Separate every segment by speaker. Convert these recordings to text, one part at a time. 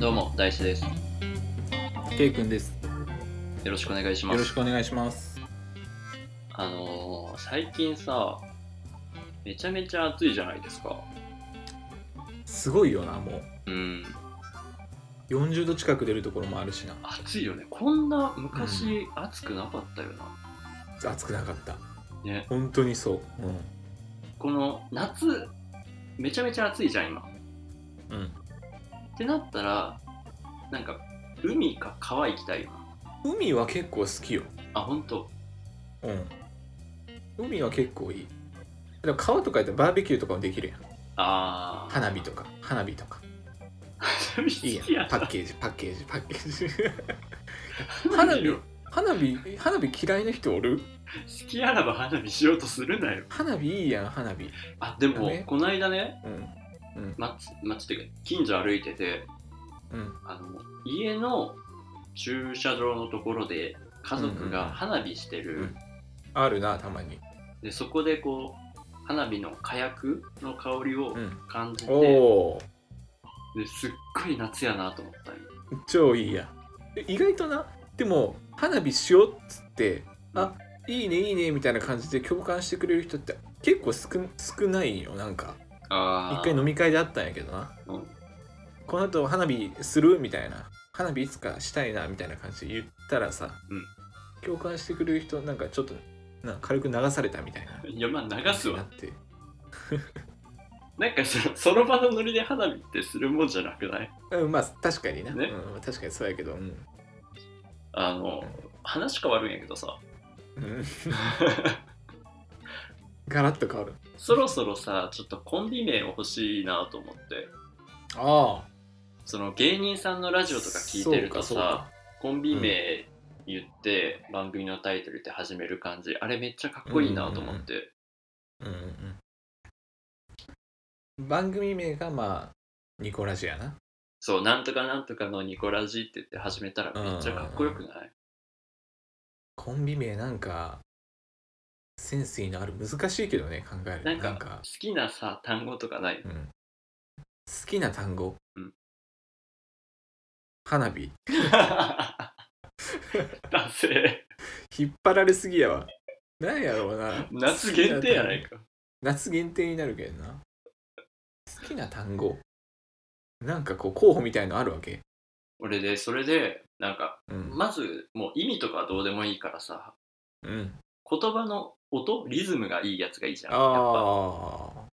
Speaker 1: どうも大志です
Speaker 2: K 君です。
Speaker 1: よろしくお願いし
Speaker 2: よ
Speaker 1: ま
Speaker 2: ろし
Speaker 1: す
Speaker 2: くお願いします。
Speaker 1: あのー最近さめちゃめちゃ暑いじゃないですか
Speaker 2: すごいよな、も
Speaker 1: うん
Speaker 2: う40度近く出るところもあるしな。
Speaker 1: 暑いよねこんな昔暑くなかったよな、
Speaker 2: 暑くなかった。
Speaker 1: ね
Speaker 2: 本当にそう。
Speaker 1: この夏めちゃめちゃ暑いじゃん今っ
Speaker 2: うん。うん。
Speaker 1: てなったらなんか海か川行きたいよな
Speaker 2: 海は結構好きよ。
Speaker 1: あ本当
Speaker 2: うん。海は結構いい。でも川とかやったらバーベキューとかもできるやん。
Speaker 1: ああ
Speaker 2: 花火とか、花火とか。
Speaker 1: 花
Speaker 2: いい
Speaker 1: 火好き
Speaker 2: や
Speaker 1: や
Speaker 2: ん。パ
Speaker 1: な
Speaker 2: ッケージ、パッケージ、パッケージ。
Speaker 1: 花
Speaker 2: 花
Speaker 1: 火
Speaker 2: 火
Speaker 1: 好
Speaker 2: 花火、花火嫌いな人おる
Speaker 1: きあらば花火しようとするなよ
Speaker 2: 花火いいやん、花火。
Speaker 1: あで
Speaker 2: ダ
Speaker 1: も
Speaker 2: メ
Speaker 1: この間ね
Speaker 2: うん。うん。
Speaker 1: 町町っていうか近所歩いてて
Speaker 2: うん。
Speaker 1: あの家の駐車場のところで家族が花火してる、
Speaker 2: うんうんあるな、たまに。
Speaker 1: でそこでこう花火の火薬の香りを
Speaker 2: うん。
Speaker 1: 感じて、
Speaker 2: おー。
Speaker 1: ですっごい夏やなと思ったり
Speaker 2: 超いいやんえ意外となでも花火しようっつってあいいねいいねみたいな感じで共感してくれる人って結構少少ないよなんか
Speaker 1: あ
Speaker 2: 一回飲み会であったんやけどな
Speaker 1: うん
Speaker 2: この後花火するみたいな花火いつかしたいなみたいな感じで言ったらさ、
Speaker 1: うん
Speaker 2: 共感してくれる人なんかちょっとなんか軽く流されたみたいない
Speaker 1: やまあ流す
Speaker 2: な
Speaker 1: わ
Speaker 2: って
Speaker 1: なんかそその場のノリで花火ってするもんじゃなくない
Speaker 2: うんまあ確かにな、
Speaker 1: ね
Speaker 2: うん、確かにそうやけど うん
Speaker 1: あの話変わるんやけどさ
Speaker 2: うんガラッと変わる
Speaker 1: そろそろさちょっとコンビ名を欲しいなと思って
Speaker 2: ああ
Speaker 1: その芸人さんのラジオとか聞いてると
Speaker 2: そうかそうか
Speaker 1: さコンビ名言って番組のタイトルって始める感じ、あれめっちゃかっこいいなと思って、
Speaker 2: うんうんうん番組名がまあニコラジやな
Speaker 1: そうなんとかなんとかのニコラジって言って始めたらめっちゃかっこよくない、
Speaker 2: コンビ名なんかセンスいいのある難しいけどね考えると
Speaker 1: なんか好きなさ単語とか ない
Speaker 2: うん、好きな単語、
Speaker 1: うん
Speaker 2: 花火
Speaker 1: だせ
Speaker 2: 引っ張られすぎやわなんやろうな
Speaker 1: 夏限定やない
Speaker 2: 好き単
Speaker 1: か
Speaker 2: 夏限定になるけどな好きな単語なんかこう候補みたいのあるわけ
Speaker 1: 俺でそれでなんか
Speaker 2: うん、
Speaker 1: まずもう意味とかはどうでもいいからさ
Speaker 2: うん、
Speaker 1: 言葉の音リズムがいいやつがいいじゃんやっぱ
Speaker 2: ああ。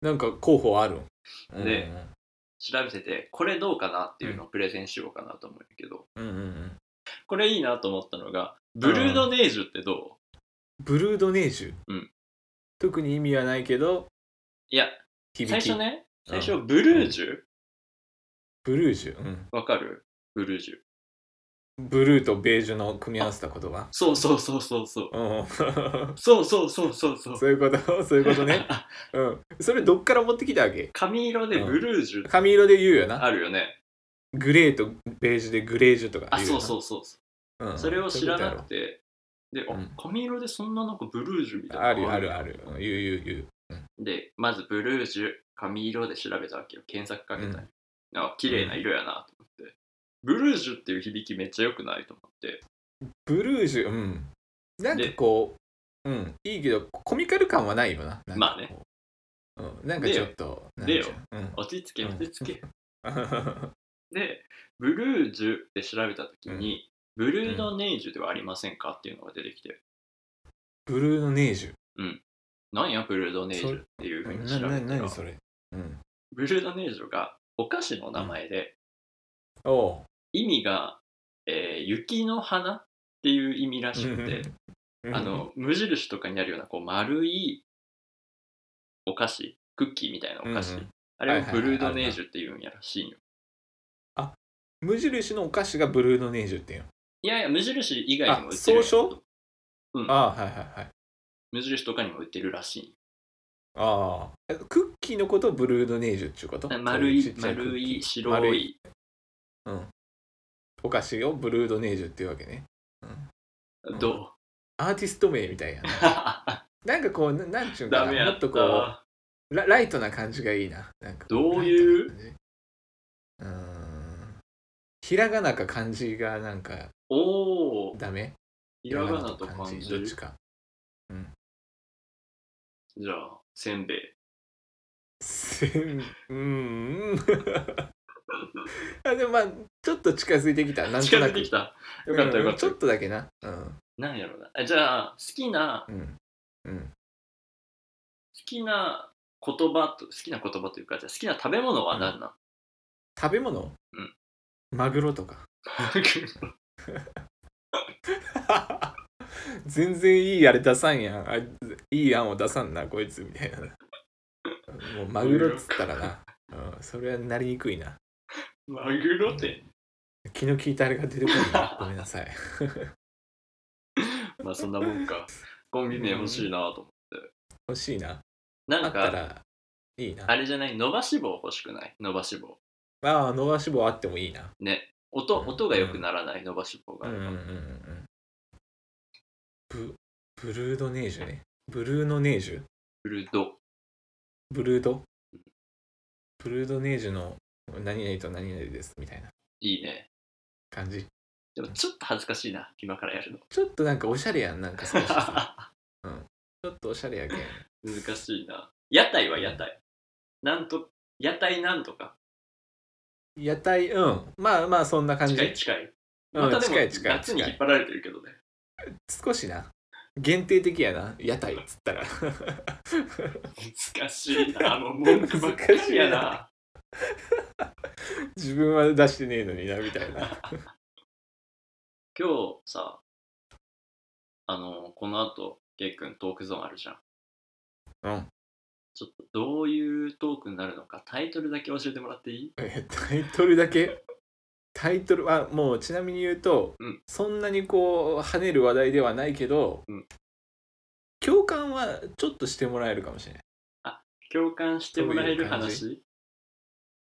Speaker 2: なんか候補あるん
Speaker 1: で、調べててこれどうかなっていうのをプレゼンしようかなと思うんやけど、
Speaker 2: うんうんうん、
Speaker 1: これいいなと思ったのが、ブルードネージュってどう、
Speaker 2: ブルードネージュ、
Speaker 1: うん
Speaker 2: 特に意味はないけど
Speaker 1: いや、
Speaker 2: 響
Speaker 1: 最
Speaker 2: き
Speaker 1: 初ね、
Speaker 2: う
Speaker 1: 最
Speaker 2: ん
Speaker 1: 初ブルージュ
Speaker 2: ブルージュ、うん、
Speaker 1: わ、かるブルージュ。
Speaker 2: ブルーとベージュの組み合わせた言葉
Speaker 1: そうそうそうそうそう。
Speaker 2: うん
Speaker 1: そうそうそうそうそう。
Speaker 2: そういうことそういうこ とね、うん、それどっから持ってきたわけ
Speaker 1: 髪色でブルージュ
Speaker 2: 髪色で言うよな
Speaker 1: あるよね。
Speaker 2: グレーとベージュでグレージュとか
Speaker 1: あ、そうそううそうそ
Speaker 2: よな、
Speaker 1: う。
Speaker 2: うん
Speaker 1: それを知らなくて、で、あ
Speaker 2: うん
Speaker 1: 髪色でそんななんかブルージュみたいな
Speaker 2: あるよあ
Speaker 1: あ
Speaker 2: る
Speaker 1: る。
Speaker 2: ある、うん、言う言う言う
Speaker 1: で、まずブルージュ、髪色で調べたわけよ。検索かけたり。あ、綺麗な色やなと思って。ブルージュっていう響きめっちゃ良くないと思って。
Speaker 2: ブルージュ、うん。なんか
Speaker 1: で
Speaker 2: こう、うん、いいけど、コミカル感はないよな。なんかこう
Speaker 1: まあね。
Speaker 2: うん、なんかちょっと、
Speaker 1: でよ
Speaker 2: なん
Speaker 1: 落ち着け、
Speaker 2: うん
Speaker 1: 落ち着け。
Speaker 2: ちゃう
Speaker 1: で、ブルージュで調べたときに、ブルードネージュではありませんかっていうのが出てきて、
Speaker 2: うん。ブルーのネージ
Speaker 1: なんやブルードネージュっていうふう
Speaker 2: ュ。
Speaker 1: に調
Speaker 2: な、
Speaker 1: べ
Speaker 2: な、
Speaker 1: たら
Speaker 2: 何、それ。うん。
Speaker 1: ブルードネージュがお菓子の名前で、
Speaker 2: おう。
Speaker 1: 意味が、えー雪の花っていう意味らしくて、
Speaker 2: うん
Speaker 1: あ、の、無印とかにあるようなこう丸いお菓子、クッキーみたいなお菓子、
Speaker 2: うんうん
Speaker 1: あれを
Speaker 2: はいはいは
Speaker 1: ブ
Speaker 2: い
Speaker 1: ルードネージュっていうんやらしいんよ。
Speaker 2: 無印のお菓子がブルーのネージュっていうの。
Speaker 1: いやいや、無印以外にも売ってるんやけ
Speaker 2: あ総
Speaker 1: ど、うん
Speaker 2: ああ、はいはいはい。
Speaker 1: 無印とかにも売ってるらしいんよ
Speaker 2: ああ。えクッキーのことをブルーのネージュっていうこと
Speaker 1: 丸い
Speaker 2: ちっちゃクッキー
Speaker 1: 丸い
Speaker 2: 丸
Speaker 1: 白い
Speaker 2: お菓子をブルードネージュっていうわけね。い
Speaker 1: どう、
Speaker 2: アーティスト名みた いやな。なんかこう、ななんちゅうんか
Speaker 1: ダ
Speaker 2: な。
Speaker 1: メや
Speaker 2: も
Speaker 1: っ
Speaker 2: っ
Speaker 1: た
Speaker 2: とこう、ラライトな感じがいいな。なんかこ
Speaker 1: どういう
Speaker 2: ライトな感じうーんひらがなか漢字がなんか
Speaker 1: おお
Speaker 2: ダメ
Speaker 1: ひらがなと漢字
Speaker 2: どっちか
Speaker 1: じゃあせんべい
Speaker 2: せんうんうん あでもまあちょっと近づいてきたなん
Speaker 1: 近づ
Speaker 2: とな
Speaker 1: い
Speaker 2: く
Speaker 1: てきたよかったよかった、
Speaker 2: うんちょっとだけなうん
Speaker 1: なんやろうなあじゃあ好きな
Speaker 2: うんうん
Speaker 1: 好きな言葉と好きな言葉というかじゃあ好きな食べ物は何なん、
Speaker 2: 食べ物、
Speaker 1: うん
Speaker 2: マグロとか全然いいあれ出さんやんあいい案を出さんなこいつみたいなもうマグロっつったらな、うん、それはなりにくいな
Speaker 1: マグロって
Speaker 2: 気の利いたあれが出てくる なごめんなさい
Speaker 1: まあそんなもん かコンビ名欲しいなと思
Speaker 2: 欲しいな
Speaker 1: うな
Speaker 2: あ
Speaker 1: ん
Speaker 2: った
Speaker 1: から
Speaker 2: いいな
Speaker 1: あれじゃない伸ばし棒欲しくない伸ばし棒
Speaker 2: ああ伸ばし棒あってもいいな
Speaker 1: ね音
Speaker 2: うん
Speaker 1: 音が良くならない伸ばし棒が
Speaker 2: う
Speaker 1: あ
Speaker 2: んう
Speaker 1: る
Speaker 2: ん
Speaker 1: か
Speaker 2: うんう
Speaker 1: ら
Speaker 2: んブブルードネージュねブルーノネージュ
Speaker 1: ブルド
Speaker 2: ブルードブルードネージュの何々と何々ですみたいない
Speaker 1: いね
Speaker 2: 感じ
Speaker 1: でもちょっと恥ずかしいな今からや るの
Speaker 2: ちょっとなんかおしゃれやんなんか少しさ ちょっとおしゃれやけん
Speaker 1: 難しいな屋台は屋台なんと屋台なんとか
Speaker 2: 屋台うんまあまあそんな感じ
Speaker 1: 近い近い
Speaker 2: うん
Speaker 1: またでも
Speaker 2: 近い近い
Speaker 1: 夏に引っ張られてるけどね
Speaker 2: 少しな限定的やな屋台っつったら
Speaker 1: 難しいなもう文句ばっかりやな
Speaker 2: 自分は出してねえのになみたいな
Speaker 1: 今日さあのこの後ケイ君トークゾーンあるじゃん
Speaker 2: うん
Speaker 1: ちょっとどういうトークになるのかタイトルだけ教えてもらっていい
Speaker 2: えタイトルだけタイトルはもうちなみに言うと、
Speaker 1: うん
Speaker 2: そんなにこう跳ねる話題ではないけど、
Speaker 1: うん
Speaker 2: 共感はちょっとしてもらえるかもしれない
Speaker 1: 共感してもらえる
Speaker 2: そう
Speaker 1: 話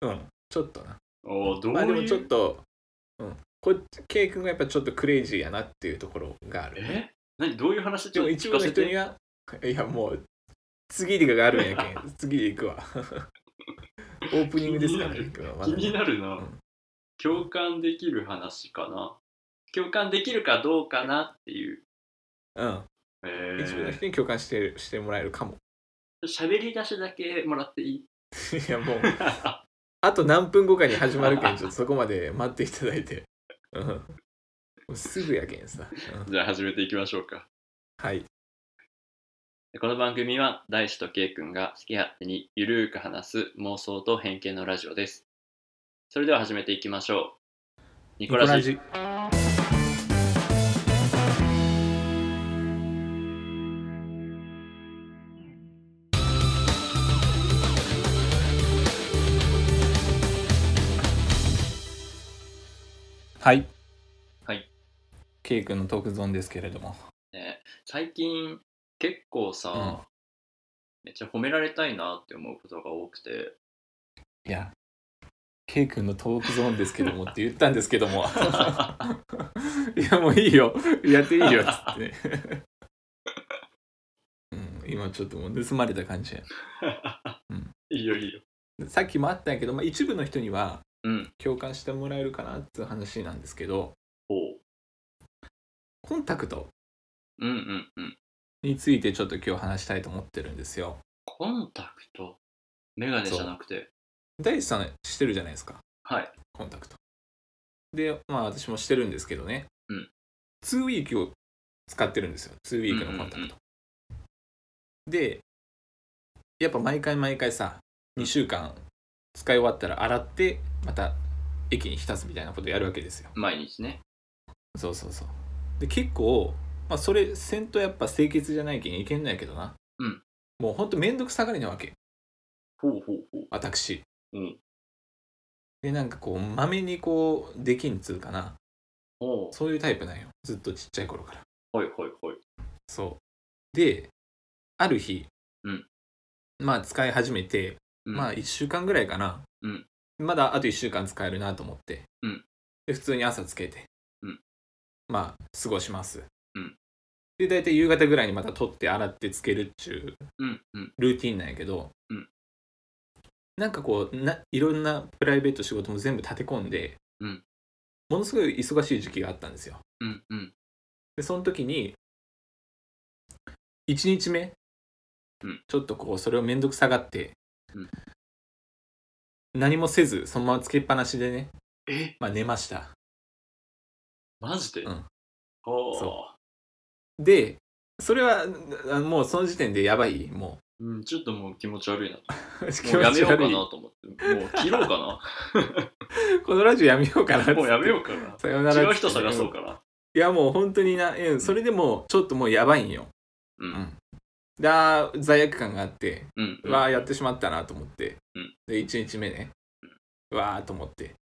Speaker 2: うんちょっとな
Speaker 1: おおーどういう、
Speaker 2: まあでもちょっと、うん、こっち K 君がやっぱちょっとクレイジーやなっていうところがある
Speaker 1: え何どういう話ち
Speaker 2: で
Speaker 1: ょっ
Speaker 2: も
Speaker 1: と
Speaker 2: 一
Speaker 1: 聞か
Speaker 2: 部の
Speaker 1: せ
Speaker 2: 人に
Speaker 1: て
Speaker 2: はいやもう次りがあるんやけ ん次で行くわ オープニングですか
Speaker 1: 気にな
Speaker 2: ら
Speaker 1: る
Speaker 2: 行くわま
Speaker 1: 気
Speaker 2: だ
Speaker 1: に
Speaker 2: ね
Speaker 1: なるな、
Speaker 2: うん
Speaker 1: 共感できる話かな共感できるかどうかなっていう
Speaker 2: うん
Speaker 1: え
Speaker 2: 一部の
Speaker 1: ー
Speaker 2: 人に共感してるしてもらえるかも
Speaker 1: 喋り出しだけもらっていい
Speaker 2: いや もうあと何分後かに始まるけん、ちょっとそこまで待っていただいて。うんもうすぐやけんさ。うん
Speaker 1: じゃあ始めていきましょうか
Speaker 2: はい。
Speaker 1: この番組は大志とケイ君が好き勝手にゆるーく話す妄想と偏見のラジオですそれでは始めていきましょうニコラジ
Speaker 2: ジ。はい。
Speaker 1: はい。
Speaker 2: ケイ君のトークゾーンですけれども。
Speaker 1: ね最近結構さ、
Speaker 2: うん
Speaker 1: めっちゃ褒められたいなって思うことが多くて
Speaker 2: いや、ケイ君のトークゾーンですけどもって言ったんですけども。いや、もういいよ。やっていいよ。っつってね。うん、今ちょっともう盗まれた感じや。うん
Speaker 1: いいよいいよ
Speaker 2: さっきもあったんやけど、まあ、一部の人には
Speaker 1: うん
Speaker 2: 共感してもらえるかなっていう話なんですけど、
Speaker 1: おう
Speaker 2: コンタクト
Speaker 1: うんうんうん
Speaker 2: についてちょっと今日話したいと思ってるんですよ。
Speaker 1: コンタクトメガネじゃなくて
Speaker 2: 大地さんしてるじゃないですか。
Speaker 1: はい
Speaker 2: コンタクト。で、まあ私もしてるんですけどね、
Speaker 1: うん
Speaker 2: ツーウィークを使ってるんですよ、ツーウィークのコンタ
Speaker 1: うんう
Speaker 2: ク
Speaker 1: ん
Speaker 2: ト。で、やっぱ毎回毎回さ、2週間使い終わったら洗って、また駅に浸すみたいなことやるわけですよ。
Speaker 1: 毎日ね
Speaker 2: そうそうそう。で、結構、まあ、それせんとやっぱ清潔じゃないけんいけんないけどな。
Speaker 1: うん
Speaker 2: もうほんとめんどくさがりなわけ。
Speaker 1: ほうほうほう
Speaker 2: 私、
Speaker 1: うん
Speaker 2: でなんかこうまめにこうできんつうかな
Speaker 1: おう
Speaker 2: そういうタイプなんよずっとちっちゃい頃から
Speaker 1: はいはいはい
Speaker 2: そうである日、
Speaker 1: うん
Speaker 2: まあ使い始めて、
Speaker 1: うん
Speaker 2: まあ1週間ぐらいかな、
Speaker 1: うん
Speaker 2: まだあと1週間使えるなと思って、
Speaker 1: うん
Speaker 2: で普通に朝つけて、
Speaker 1: うん
Speaker 2: まあ過ごします、
Speaker 1: うん
Speaker 2: で大体夕方ぐらいにまた取って洗ってつけるっちゅう
Speaker 1: うんうん
Speaker 2: ルーティンなんやけど、
Speaker 1: うん
Speaker 2: なんかこうないろんなプライベート仕事も全部立て込んで、
Speaker 1: うん
Speaker 2: ものすごい忙しい時期があったんですよ
Speaker 1: うんうん
Speaker 2: でその時に1日目、
Speaker 1: うん
Speaker 2: ちょっとこうそれを面倒くさがって、
Speaker 1: うん
Speaker 2: 何もせずそのままつけっぱなしでね、
Speaker 1: え
Speaker 2: まあ、寝ました
Speaker 1: マジで、
Speaker 2: うん
Speaker 1: おー
Speaker 2: そでそれはあもうその時点でやばいも
Speaker 1: うん、ちょっともう気持ち悪い な
Speaker 2: う
Speaker 1: もうやめようかな
Speaker 2: 気持ち悪
Speaker 1: と思ってもう切ろうか
Speaker 2: いこのラジオやめようかな
Speaker 1: なもうやめようかな
Speaker 2: さよなら
Speaker 1: 違う人探そうかな。
Speaker 2: いやもう本当にな、うん、それでもちょっともうやばいんよ
Speaker 1: う
Speaker 2: うん
Speaker 1: ん。
Speaker 2: だ罪悪感があって
Speaker 1: うん。
Speaker 2: うわーやってしまったなと思って、
Speaker 1: うん
Speaker 2: で1日目ねうわーと思って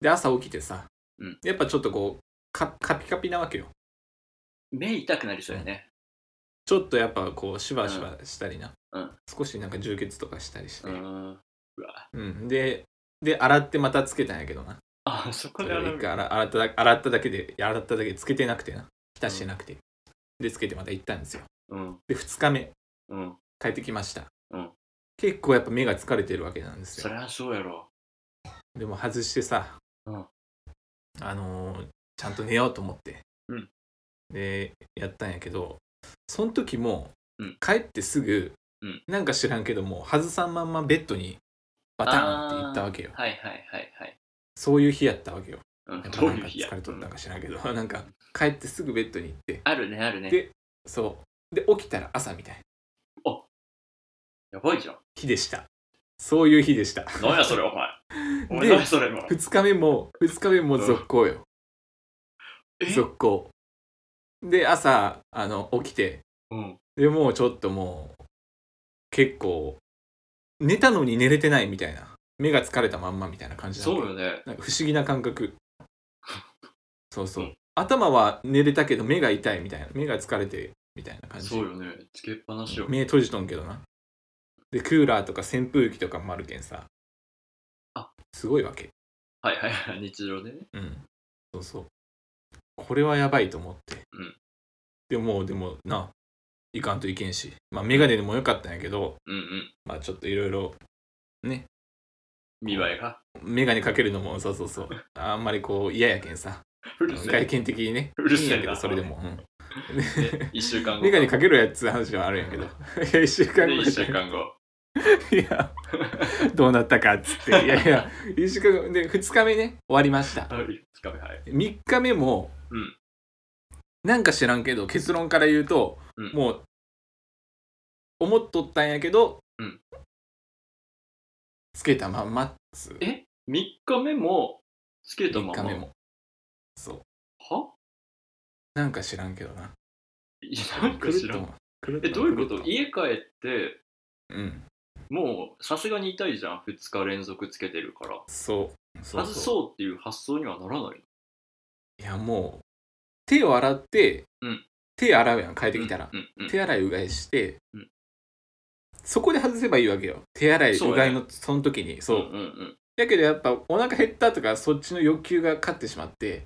Speaker 2: で朝起きてさ、
Speaker 1: うん
Speaker 2: やっぱちょっとこうカカピカピなわけよ
Speaker 1: 目痛くなりそうやね。
Speaker 2: ちょっとやっぱこうしばしばしたりな、
Speaker 1: うん
Speaker 2: 少しなんか充血とかしたりして、
Speaker 1: う
Speaker 2: うん
Speaker 1: ん。うわ。
Speaker 2: でで洗ってまたつけたんやけどな
Speaker 1: あ、そこ
Speaker 2: そ
Speaker 1: で
Speaker 2: れ
Speaker 1: あ
Speaker 2: で一
Speaker 1: る
Speaker 2: 回洗洗っただ洗っただけで洗っただけでつけてなくてな浸してなくて、でつけてまた行ったんですよ
Speaker 1: うん。
Speaker 2: で2日目
Speaker 1: うん。
Speaker 2: 帰ってきました、
Speaker 1: うん
Speaker 2: 結構やっぱ目が疲れてるわけなんです
Speaker 1: そ
Speaker 2: よ
Speaker 1: りゃそうやろ。
Speaker 2: でも外してさ、
Speaker 1: うん
Speaker 2: あのーちゃんと寝ようと思って、
Speaker 1: うん
Speaker 2: でやったんやけどその時も、
Speaker 1: うん
Speaker 2: 帰ってすぐ、
Speaker 1: うん
Speaker 2: なんか知らんけども外さんまんまベッドにバタンって行ったわけよ
Speaker 1: はいはいはいはい。
Speaker 2: そういう日やったわけよ
Speaker 1: うん
Speaker 2: やっぱ
Speaker 1: どう
Speaker 2: なん
Speaker 1: いう
Speaker 2: か
Speaker 1: 日や
Speaker 2: 疲れとったんか知らんけど、なんか帰ってすぐベッドに行って
Speaker 1: あるねあるね。
Speaker 2: でそうで起きたら朝みたいな
Speaker 1: やばいじゃん。
Speaker 2: 日でしたそういう日でした
Speaker 1: 何やそ れお前。お前
Speaker 2: で
Speaker 1: 何やそれ今。
Speaker 2: 2日目も2日目も続行よ
Speaker 1: え
Speaker 2: 続行で朝あの起きて
Speaker 1: うん。
Speaker 2: でもうちょっともう結構寝たのに寝れてないみたいな目が疲れたまんまみたいな感じな
Speaker 1: そ
Speaker 2: んで
Speaker 1: うよね。
Speaker 2: なんか不思議な 感覚そうそう、
Speaker 1: うん
Speaker 2: 頭は寝れたけど目が痛いみたいな目が疲れてみたいな感じ
Speaker 1: そうよね。つけっぱなしよ。
Speaker 2: 目閉じとんけどなでクーラーとか扇風機とかもあるけんさ
Speaker 1: あ
Speaker 2: すごいわけ
Speaker 1: はいはいはい。日常でね。
Speaker 2: うん。そうそう。これはやばいと思って。
Speaker 1: うん
Speaker 2: でももう、でもな、いかんといけんし。まあ、メガネでもよかったんやけど、
Speaker 1: うんうん。
Speaker 2: まあ、ちょっといろいろ、ね、
Speaker 1: 見栄えが。
Speaker 2: メガネかけるのも、そうそうそう。あんまりこう、嫌やけんさ。
Speaker 1: うるせ
Speaker 2: 外
Speaker 1: え。
Speaker 2: 見的にね。
Speaker 1: うるせえない
Speaker 2: いんやけど、それでも。うん
Speaker 1: で一週間後。
Speaker 2: メガネかけろやっつう話はあるんやけど。いや、一週間
Speaker 1: で
Speaker 2: 後
Speaker 1: 一週間後。
Speaker 2: いや、どうなったかっつって。いやいや、一週間後。で、二日目ね、終わりました。
Speaker 1: はい。二日目はい。
Speaker 2: 3日目も、
Speaker 1: うん
Speaker 2: なんか知らんけど結論から言うと、
Speaker 1: うん
Speaker 2: もう思っとったんやけど、
Speaker 1: うん
Speaker 2: つけたまんまっつう
Speaker 1: え三日目もつけた
Speaker 2: 3
Speaker 1: まま。
Speaker 2: 日目もそう
Speaker 1: は
Speaker 2: なんか知らんけどない
Speaker 1: や、なんか知らん。
Speaker 2: 狂っと
Speaker 1: え、
Speaker 2: ん
Speaker 1: どういうこと
Speaker 2: 狂っ
Speaker 1: 家帰って、
Speaker 2: とんうん
Speaker 1: もうさすがに痛いじゃん、2日連続つけてるから。
Speaker 2: そうそう
Speaker 1: 外そうっていう発想にはならない。
Speaker 2: いやもう手を洗って、
Speaker 1: うん
Speaker 2: 手洗うやん帰ってきたら、
Speaker 1: うんうんうん
Speaker 2: 手洗いうがいして、
Speaker 1: うん
Speaker 2: そこで外せばいいわけよ手洗いうがいのその時にそう、
Speaker 1: うんうん
Speaker 2: だけどやっぱお腹減ったとかそっちの欲求が勝ってし まって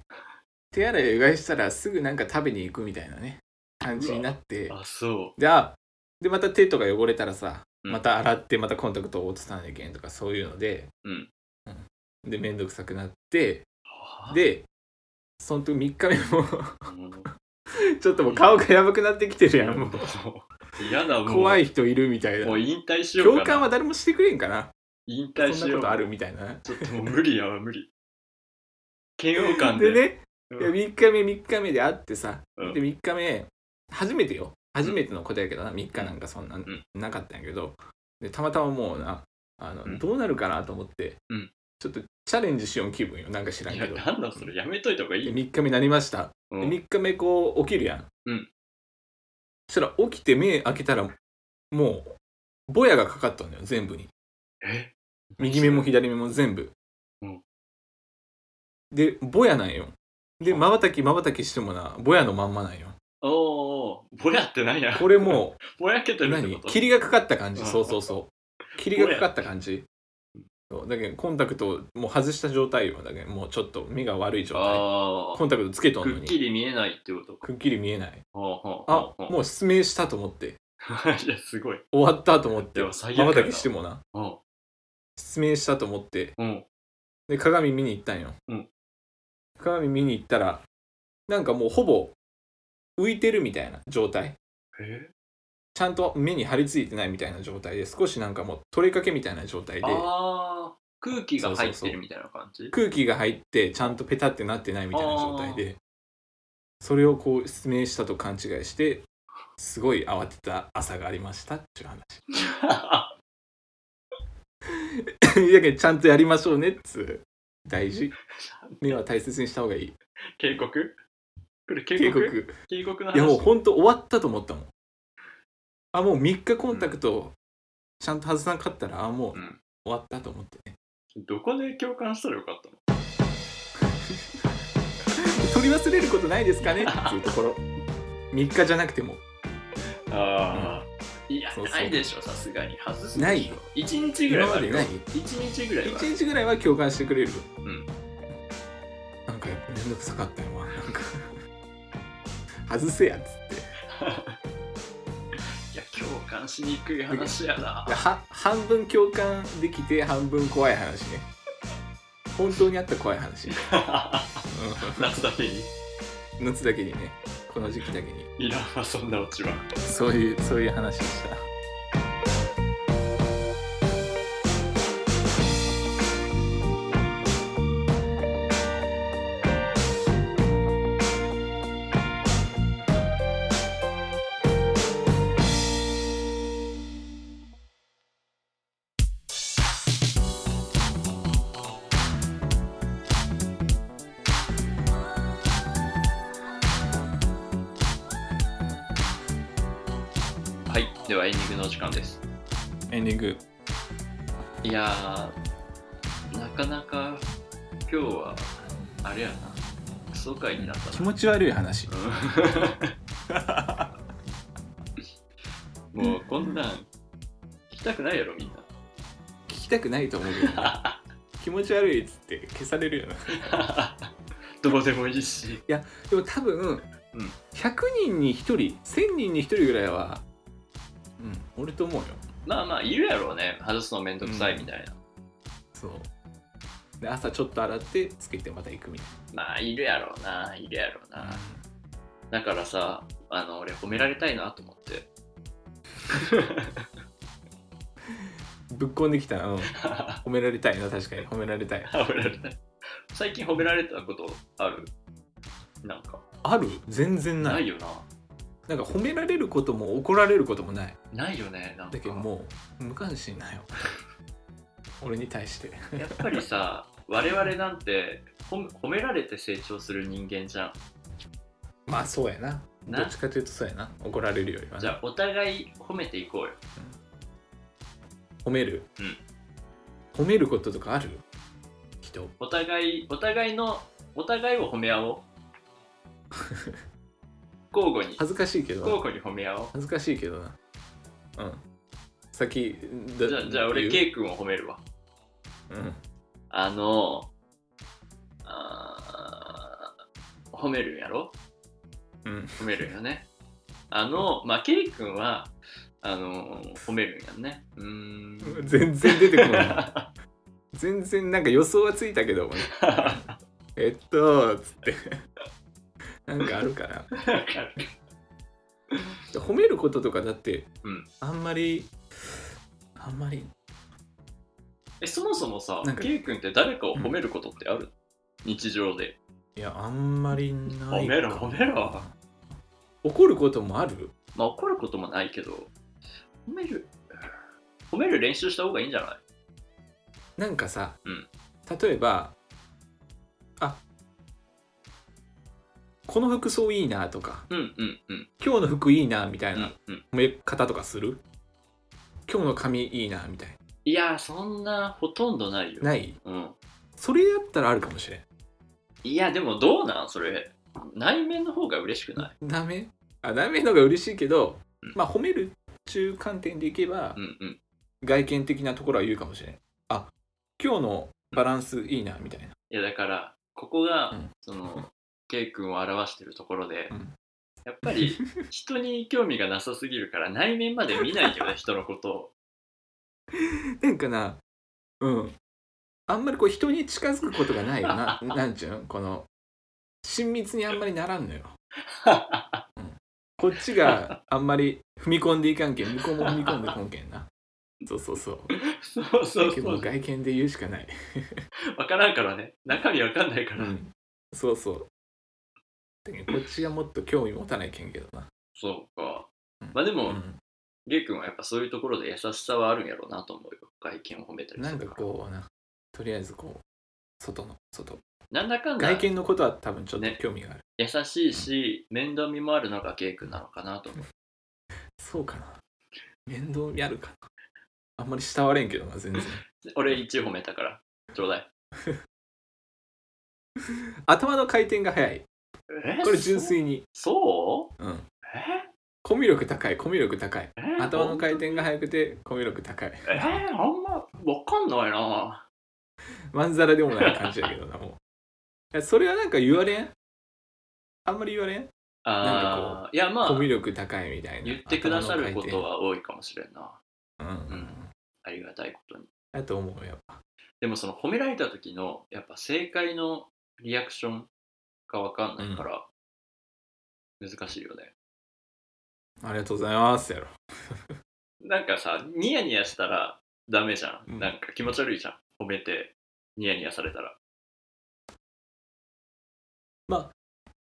Speaker 2: 手洗いうがいしたらすぐなんか食べに行くみたいなね感じになって
Speaker 1: うん。あ、そ
Speaker 2: であでまた手とか汚れたらさ
Speaker 1: うん
Speaker 2: また洗ってまたコンタクトを落とさなきゃいけんとかそういうので、
Speaker 1: うん
Speaker 2: うんで面倒くさくなって
Speaker 1: う。はあ、
Speaker 2: でその時3日目も
Speaker 1: うん
Speaker 2: ちょっともう顔がやばくなってきてるやんもう
Speaker 1: 嫌だ、もう。
Speaker 2: 怖い人いるみたいな
Speaker 1: もう引退しようか
Speaker 2: 共
Speaker 1: な。
Speaker 2: 感は誰もしてくれんかな
Speaker 1: 引
Speaker 2: そん
Speaker 1: 退し
Speaker 2: な
Speaker 1: よ
Speaker 2: こ
Speaker 1: う
Speaker 2: とあるみたいな
Speaker 1: ちょっともう無理やわ、無理。嫌悪感で。
Speaker 2: でね
Speaker 1: うん、
Speaker 2: いや3日目3日目で会ってさ、
Speaker 1: うん
Speaker 2: で3日目初めてよ初めてのことやけどな3日なんかそんな、
Speaker 1: ん
Speaker 2: なかったんやけどでたまたまもうなあの、
Speaker 1: うん
Speaker 2: どうなるかなと思って、
Speaker 1: うん
Speaker 2: ちょっとチャレンジしよう気分よなんか知らん
Speaker 1: い
Speaker 2: け
Speaker 1: や、
Speaker 2: ど
Speaker 1: なんだそれ、やめといた方がいい。
Speaker 2: 3日目なりました、
Speaker 1: う
Speaker 2: で
Speaker 1: ん、
Speaker 2: 3日目こう起きるやん、
Speaker 1: うん
Speaker 2: そしたら起きて目開けたらもうぼやがかかったんだよ全部に
Speaker 1: え
Speaker 2: 右目も左目も全部、
Speaker 1: うん
Speaker 2: でぼやなんよでまばたきまばたきしてもなぼやのまんまなんよ
Speaker 1: おーおーぼやってなんや。
Speaker 2: こ れも
Speaker 1: ぼやけて
Speaker 2: う
Speaker 1: るって
Speaker 2: 何
Speaker 1: こと
Speaker 2: 霧がかかった感
Speaker 1: う
Speaker 2: じ
Speaker 1: ん
Speaker 2: そうそうそう霧がかかった感じそうだけどコンタクトをもう外した状態よだけどもうちょっと目が悪い状態
Speaker 1: あ
Speaker 2: コンタクトつけ
Speaker 1: あ。
Speaker 2: とん
Speaker 1: く
Speaker 2: の
Speaker 1: っ
Speaker 2: に
Speaker 1: きり見えないってことか。
Speaker 2: くっきり見えない
Speaker 1: ほうほう
Speaker 2: あ
Speaker 1: ほうほう
Speaker 2: もう失明したと思って
Speaker 1: いや、すごい。
Speaker 2: 終わったと思って
Speaker 1: でも
Speaker 2: ま
Speaker 1: 最悪やな
Speaker 2: ばたきしてもな
Speaker 1: うん。
Speaker 2: 失明したと思って
Speaker 1: うん。
Speaker 2: で鏡見に行ったんよ、
Speaker 1: うん
Speaker 2: 鏡見に行ったらなんかもうほぼ浮いてるみたいな状態
Speaker 1: え
Speaker 2: ちゃんと目に張り付いてないみたいな状態で少しなんかもう取れかけみたいな状態で
Speaker 1: ああ、空気が入っ
Speaker 2: そうそう
Speaker 1: て
Speaker 2: そう
Speaker 1: るみたいな感じ
Speaker 2: 空気が入ってちゃんとペタってなってないみたいな状態でそれをこう失明したと勘違いしてすごい慌てた朝がありましたっていう話 いやけどちゃんとやりましょうねっつう 大事目は大切にした方がいい
Speaker 1: 警告これ警
Speaker 2: 警
Speaker 1: 告
Speaker 2: 告
Speaker 1: 警告の話
Speaker 2: いやもうほんと終わったと思ったもんあもう3日コンタクトちゃんと外さなかったらあも
Speaker 1: う
Speaker 2: う終
Speaker 1: ん
Speaker 2: わったと思ってね
Speaker 1: どこで共感したらよかったの
Speaker 2: 取り忘れることないですかねっていうところ3日じゃなくても
Speaker 1: ああ、いや
Speaker 2: そうそう
Speaker 1: ないでしょさすがに外すでしょ
Speaker 2: ない
Speaker 1: 一日ぐらい
Speaker 2: 今
Speaker 1: はあ
Speaker 2: ま
Speaker 1: る
Speaker 2: で
Speaker 1: よ
Speaker 2: ない
Speaker 1: 一日ぐらいはある
Speaker 2: 1日ぐらいは共感してくれる
Speaker 1: うん
Speaker 2: なんかやっぱ面倒くさかったよな なんか外せやっつって
Speaker 1: いや共感しにくい話やな
Speaker 2: では半分共感できて半分怖い話ね本当にあった怖 い話、うん
Speaker 1: 夏だけに
Speaker 2: 夏だけにねこの時期だけに
Speaker 1: いらんわそんなオチは
Speaker 2: そういうそういう話でした
Speaker 1: はいではエンディングのお時間です
Speaker 2: エンディング
Speaker 1: いやーなかなか今日はあれやなクソ会になったな
Speaker 2: 気持ち悪い話
Speaker 1: うん もうこんなん聞きたくないやろみんな
Speaker 2: 聞きたくないと思うけどね、 気持ち悪いっつって消されるよな
Speaker 1: どうでもいいし
Speaker 2: でも多分、
Speaker 1: うん
Speaker 2: 100人に1人1000人に1人ぐらいはうん俺と思うよ
Speaker 1: まあまあいるやろうね外すのめんどくさいみたいな、
Speaker 2: そうで朝ちょっと洗ってつけてまた行くみたい
Speaker 1: まあいるやろうないるやろう
Speaker 2: な、
Speaker 1: なだからさあの俺褒められたいなと思って
Speaker 2: ぶっこんできたな、 うん褒められたいな確かに褒められたい
Speaker 1: 褒められたい最近褒められたことあるなんか
Speaker 2: ある全然ない
Speaker 1: ないよな
Speaker 2: なんか褒められることも怒られることもない
Speaker 1: ないよねなんか
Speaker 2: だけどもう無関心 なよ俺に対して
Speaker 1: やっぱり さ我々なんて褒め褒められて成長する人間じゃ
Speaker 2: まあそうやなんど
Speaker 1: な
Speaker 2: っちかというとそうやな怒られるよりは
Speaker 1: じ
Speaker 2: な
Speaker 1: ゃあお互い褒めていこうよ
Speaker 2: 褒める、
Speaker 1: うん
Speaker 2: 褒めることとかある人
Speaker 1: お互いお互いのお互いを褒め合 おう交互に
Speaker 2: 恥ずかしいけ
Speaker 1: 交
Speaker 2: ど
Speaker 1: 互に褒め合おう
Speaker 2: 恥ずかしいけどなうん先だ
Speaker 1: じゃあじゃあ俺
Speaker 2: 言う
Speaker 1: K 君を褒めるわ
Speaker 2: うん
Speaker 1: あのあー褒めるんやろ
Speaker 2: うん
Speaker 1: 褒めるんよねあのまあ K 君はあのー褒めるんやんねうーん
Speaker 2: 全然出てこな い全然なんか予想はついたけどもねえっとつってなんかあるかな褒めることとかだって、
Speaker 1: うん
Speaker 2: あんまりあんまり
Speaker 1: えそもそもさ
Speaker 2: なんか
Speaker 1: K 君って誰かを褒めることってある、日常で
Speaker 2: いやあんまりない
Speaker 1: 褒めろ褒めろ
Speaker 2: 怒ることもある
Speaker 1: まあ怒ることもないけど褒める褒める練習した方がいいんじゃない
Speaker 2: なんかさ、
Speaker 1: うん
Speaker 2: 例えばあこの服装いいなとか
Speaker 1: うんうんうん
Speaker 2: 今日の服いいなみた
Speaker 1: う
Speaker 2: いなん
Speaker 1: うん
Speaker 2: 褒め方とかする今日の髪いいなみたい
Speaker 1: いやそんなほとんどないよ
Speaker 2: なない
Speaker 1: うん
Speaker 2: それやったらあるかもしれん
Speaker 1: いやでもどうなんそれ内面の方が嬉しくない
Speaker 2: ダメあダメのが嬉しいけど、
Speaker 1: うん
Speaker 2: まあ褒める中観点でいけば、
Speaker 1: うんうん
Speaker 2: 外見的なところは言うかもしれんあ今日のバランスいいなみたいない
Speaker 1: やだからここが、
Speaker 2: うん
Speaker 1: その K 君を表してるところで、
Speaker 2: うん
Speaker 1: やっぱ り人に興味がなさす ぎるから内面まで見ないよね人のことを
Speaker 2: なんかな、うん、あんまりこう人に近づくことがない よななんちゅうのこの親密にあんまりな らんのよこっちがあんまり踏み込んでいかんけん向こうも踏み込んでこんけんなそうそうそう
Speaker 1: そうそうそう
Speaker 2: だけど外見で言うしかない、
Speaker 1: 分からんからね中身分かんないか
Speaker 2: う
Speaker 1: ら、
Speaker 2: ん、そうそうだけどこっちがもっと興味持たないけんけどな、
Speaker 1: そうかまあでも
Speaker 2: うん
Speaker 1: ゲイ君はやっぱそういうところで優しさはあるんやろうなと思うよ外見を褒めたり
Speaker 2: なんか
Speaker 1: う
Speaker 2: こうなとりあえずこう外の外
Speaker 1: なんだかんだ
Speaker 2: 外見のことは多分ちょっと
Speaker 1: ね
Speaker 2: 興味がある、
Speaker 1: 優しいし面倒見もあるのがゲイ君なのかなと思う
Speaker 2: そうかな面倒やるかなあんまり慕われんけどな全然
Speaker 1: 俺1褒めたからちょうだい
Speaker 2: 頭の回転が早い
Speaker 1: え
Speaker 2: これ純粋に、
Speaker 1: そう
Speaker 2: うん、
Speaker 1: え
Speaker 2: コミュ力高いコミュ力高い
Speaker 1: え
Speaker 2: 頭の回
Speaker 1: ほんと
Speaker 2: 転が速くてコミュ力高い
Speaker 1: えー、あんま分かんないな
Speaker 2: まんざらでもない感じだけどなもういやそれはなんか言われんあんまり言われんなん
Speaker 1: あーいやま
Speaker 2: コ
Speaker 1: あ
Speaker 2: ミュ力高いみたいな
Speaker 1: 言ってくださること
Speaker 2: は
Speaker 1: は多いかもしれんな
Speaker 2: うん、
Speaker 1: うんありがたいことに
Speaker 2: だと思うやっぱ
Speaker 1: でもその褒められた時のやっぱ正解のリアクションが分かんないから難しいよね、
Speaker 2: ありがとうございますやろ
Speaker 1: なんかさニヤニヤしたらダメじゃん、
Speaker 2: うん
Speaker 1: なんか気持ち悪いじゃん褒めてニヤニヤされたら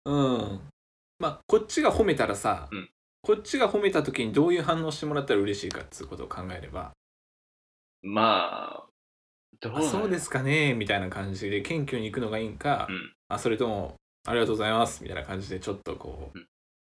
Speaker 2: うんまあこっちが褒めたらさ、
Speaker 1: うん
Speaker 2: こっちが褒めた時にどういう反応してもらったら嬉しいかっつうことを考えれば
Speaker 1: まあどう
Speaker 2: あそうですすかねみたいな感じで謙虚に行くのがいいんか、
Speaker 1: うん
Speaker 2: あそれともありがとうございますみたいな感じでちょっとこう、
Speaker 1: うん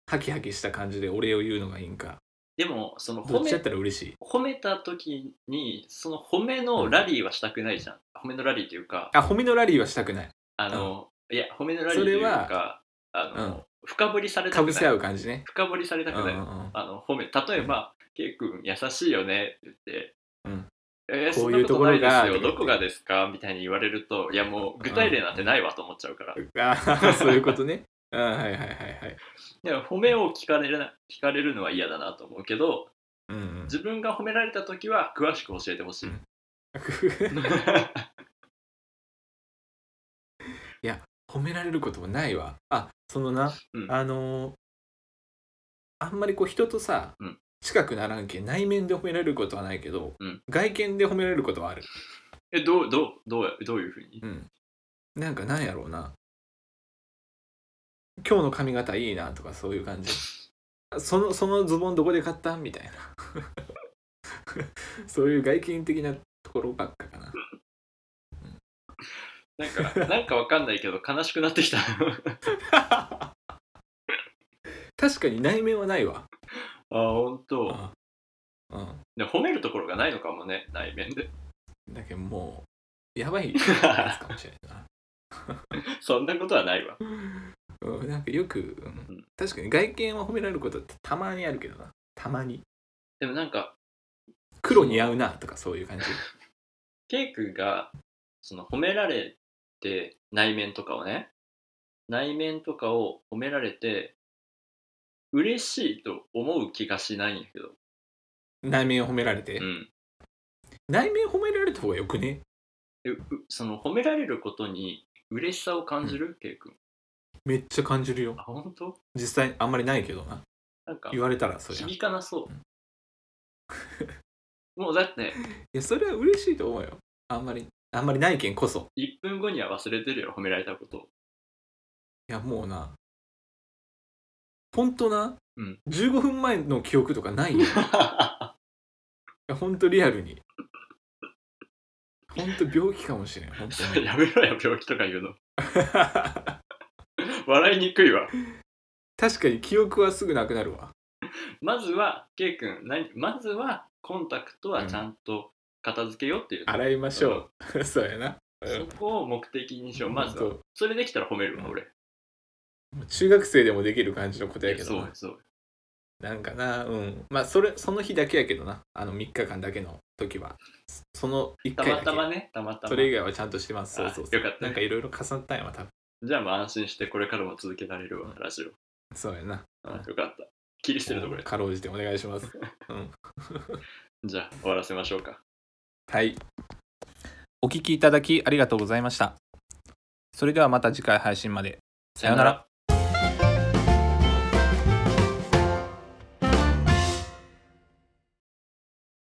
Speaker 2: ハキハキした感じでお礼を言うのがいいんか
Speaker 1: でもその
Speaker 2: ど
Speaker 1: 褒
Speaker 2: っちだ
Speaker 1: め
Speaker 2: ったら嬉しい
Speaker 1: 褒めた時にその褒めのラリーはしたくないじゃん、褒めのラリーというか
Speaker 2: あ褒めのラリーはしたくない
Speaker 1: あの、いや褒めのラリーという
Speaker 2: それ
Speaker 1: かあの、
Speaker 2: うん
Speaker 1: 深掘りされた
Speaker 2: か
Speaker 1: くな
Speaker 2: ぶ
Speaker 1: い
Speaker 2: せ合う感じね
Speaker 1: 深掘りされた
Speaker 2: うん
Speaker 1: く
Speaker 2: う
Speaker 1: な
Speaker 2: んう
Speaker 1: い、
Speaker 2: ん
Speaker 1: あの褒め例えば「ケイ君優しいよね」って言って「
Speaker 2: うん
Speaker 1: えー、
Speaker 2: こ
Speaker 1: そん
Speaker 2: う
Speaker 1: な
Speaker 2: いう
Speaker 1: ことと
Speaker 2: こ
Speaker 1: ない
Speaker 2: ろ
Speaker 1: で
Speaker 2: が
Speaker 1: すよどこがですか?」みたいに言われるといやもう具体例なんてないわと思っちゃうから、
Speaker 2: あ そういうことねあはいはいはいはい
Speaker 1: いや褒めを聞かれるな聞かれるのは嫌だなと思うけど
Speaker 2: うんうん
Speaker 1: 自分が褒められた時は詳しく教えてほしい、
Speaker 2: うん 褒められることもないわあそのな、
Speaker 1: うん
Speaker 2: あのーあんまりこう人とさ、
Speaker 1: うん
Speaker 2: 近くならんけん内面で褒められることはないけど、
Speaker 1: うん
Speaker 2: 外見で褒められることはある、
Speaker 1: えどうどうどうどういうふうに
Speaker 2: うん、なんかなんやろうな今日の髪型いいなとかそういう感じそのそのズボンどこで買ったみたいな そういう外見的なところばっかかな
Speaker 1: なんかなんかわかんないけど悲しくなって きた
Speaker 2: 確かに内面はないわ、
Speaker 1: あ本当
Speaker 2: うん、
Speaker 1: で褒めるところがないのかもね内面で
Speaker 2: だけどもうやばいやつかもしれないな、
Speaker 1: そんなことはないわ
Speaker 2: うん、なんかよく、うん確かに外見は褒められることってたまにあるけどなたまに
Speaker 1: でもなんか
Speaker 2: 黒似合うなとかそういう感じ
Speaker 1: ケイ君がその褒められて内面とかをね内面とかを褒められて嬉しいと思う気がしないんやけど、
Speaker 2: 内面を褒められて、
Speaker 1: うん、
Speaker 2: 内面褒められた方がよくね
Speaker 1: でうその褒められることに嬉しさを感じる、ケイ君
Speaker 2: めっちゃ感じるよ
Speaker 1: あ本当
Speaker 2: 実際あんまりないけどな
Speaker 1: なんか
Speaker 2: 言われたらそりゃい
Speaker 1: 響かなそう もうだって
Speaker 2: やそれは嬉しいと思うよあんまりあんまりないけんこそ
Speaker 1: 1分後には忘れてるよ褒められたこと
Speaker 2: いやもうなほんとな、
Speaker 1: うん
Speaker 2: 15分前の記憶と かないよいやほんとリアルにほんと病気かもしれんほんと
Speaker 1: そ
Speaker 2: に
Speaker 1: れやめろよ病気とか言うの笑いにくいわ
Speaker 2: 確かに記憶はすぐなくなるわ
Speaker 1: まずは、ケイ君、何まずはコンタクトはちゃんと片付けようっていう、
Speaker 2: 洗いましょう そうやなうん
Speaker 1: そこを目的にしよう、まず
Speaker 2: ほ
Speaker 1: は
Speaker 2: んと。
Speaker 1: それできたら褒めるわ、
Speaker 2: うん
Speaker 1: 俺。
Speaker 2: もう中学生でもできる感じのことやけど
Speaker 1: そう
Speaker 2: な
Speaker 1: そう。
Speaker 2: なんかなうんまあそれその日だけやけどなあの3日間だけの時はそその1
Speaker 1: た
Speaker 2: 回だ
Speaker 1: ま
Speaker 2: け
Speaker 1: たまね、たまたま。
Speaker 2: それ以外はちゃんとしてますそう
Speaker 1: あ
Speaker 2: そうそう
Speaker 1: よかったね
Speaker 2: なんかいろいろ重なったんやわ多分
Speaker 1: じゃあもう安心して、これからも続けられるわ、ラジオ。
Speaker 2: そうやな
Speaker 1: あよかった。切り捨てるところや
Speaker 2: かろうじてお願いします
Speaker 1: じゃあ、終わらせましょうか。
Speaker 2: はいお聞きいただきありがとうございました。それではまた次回配信まで。さようなら。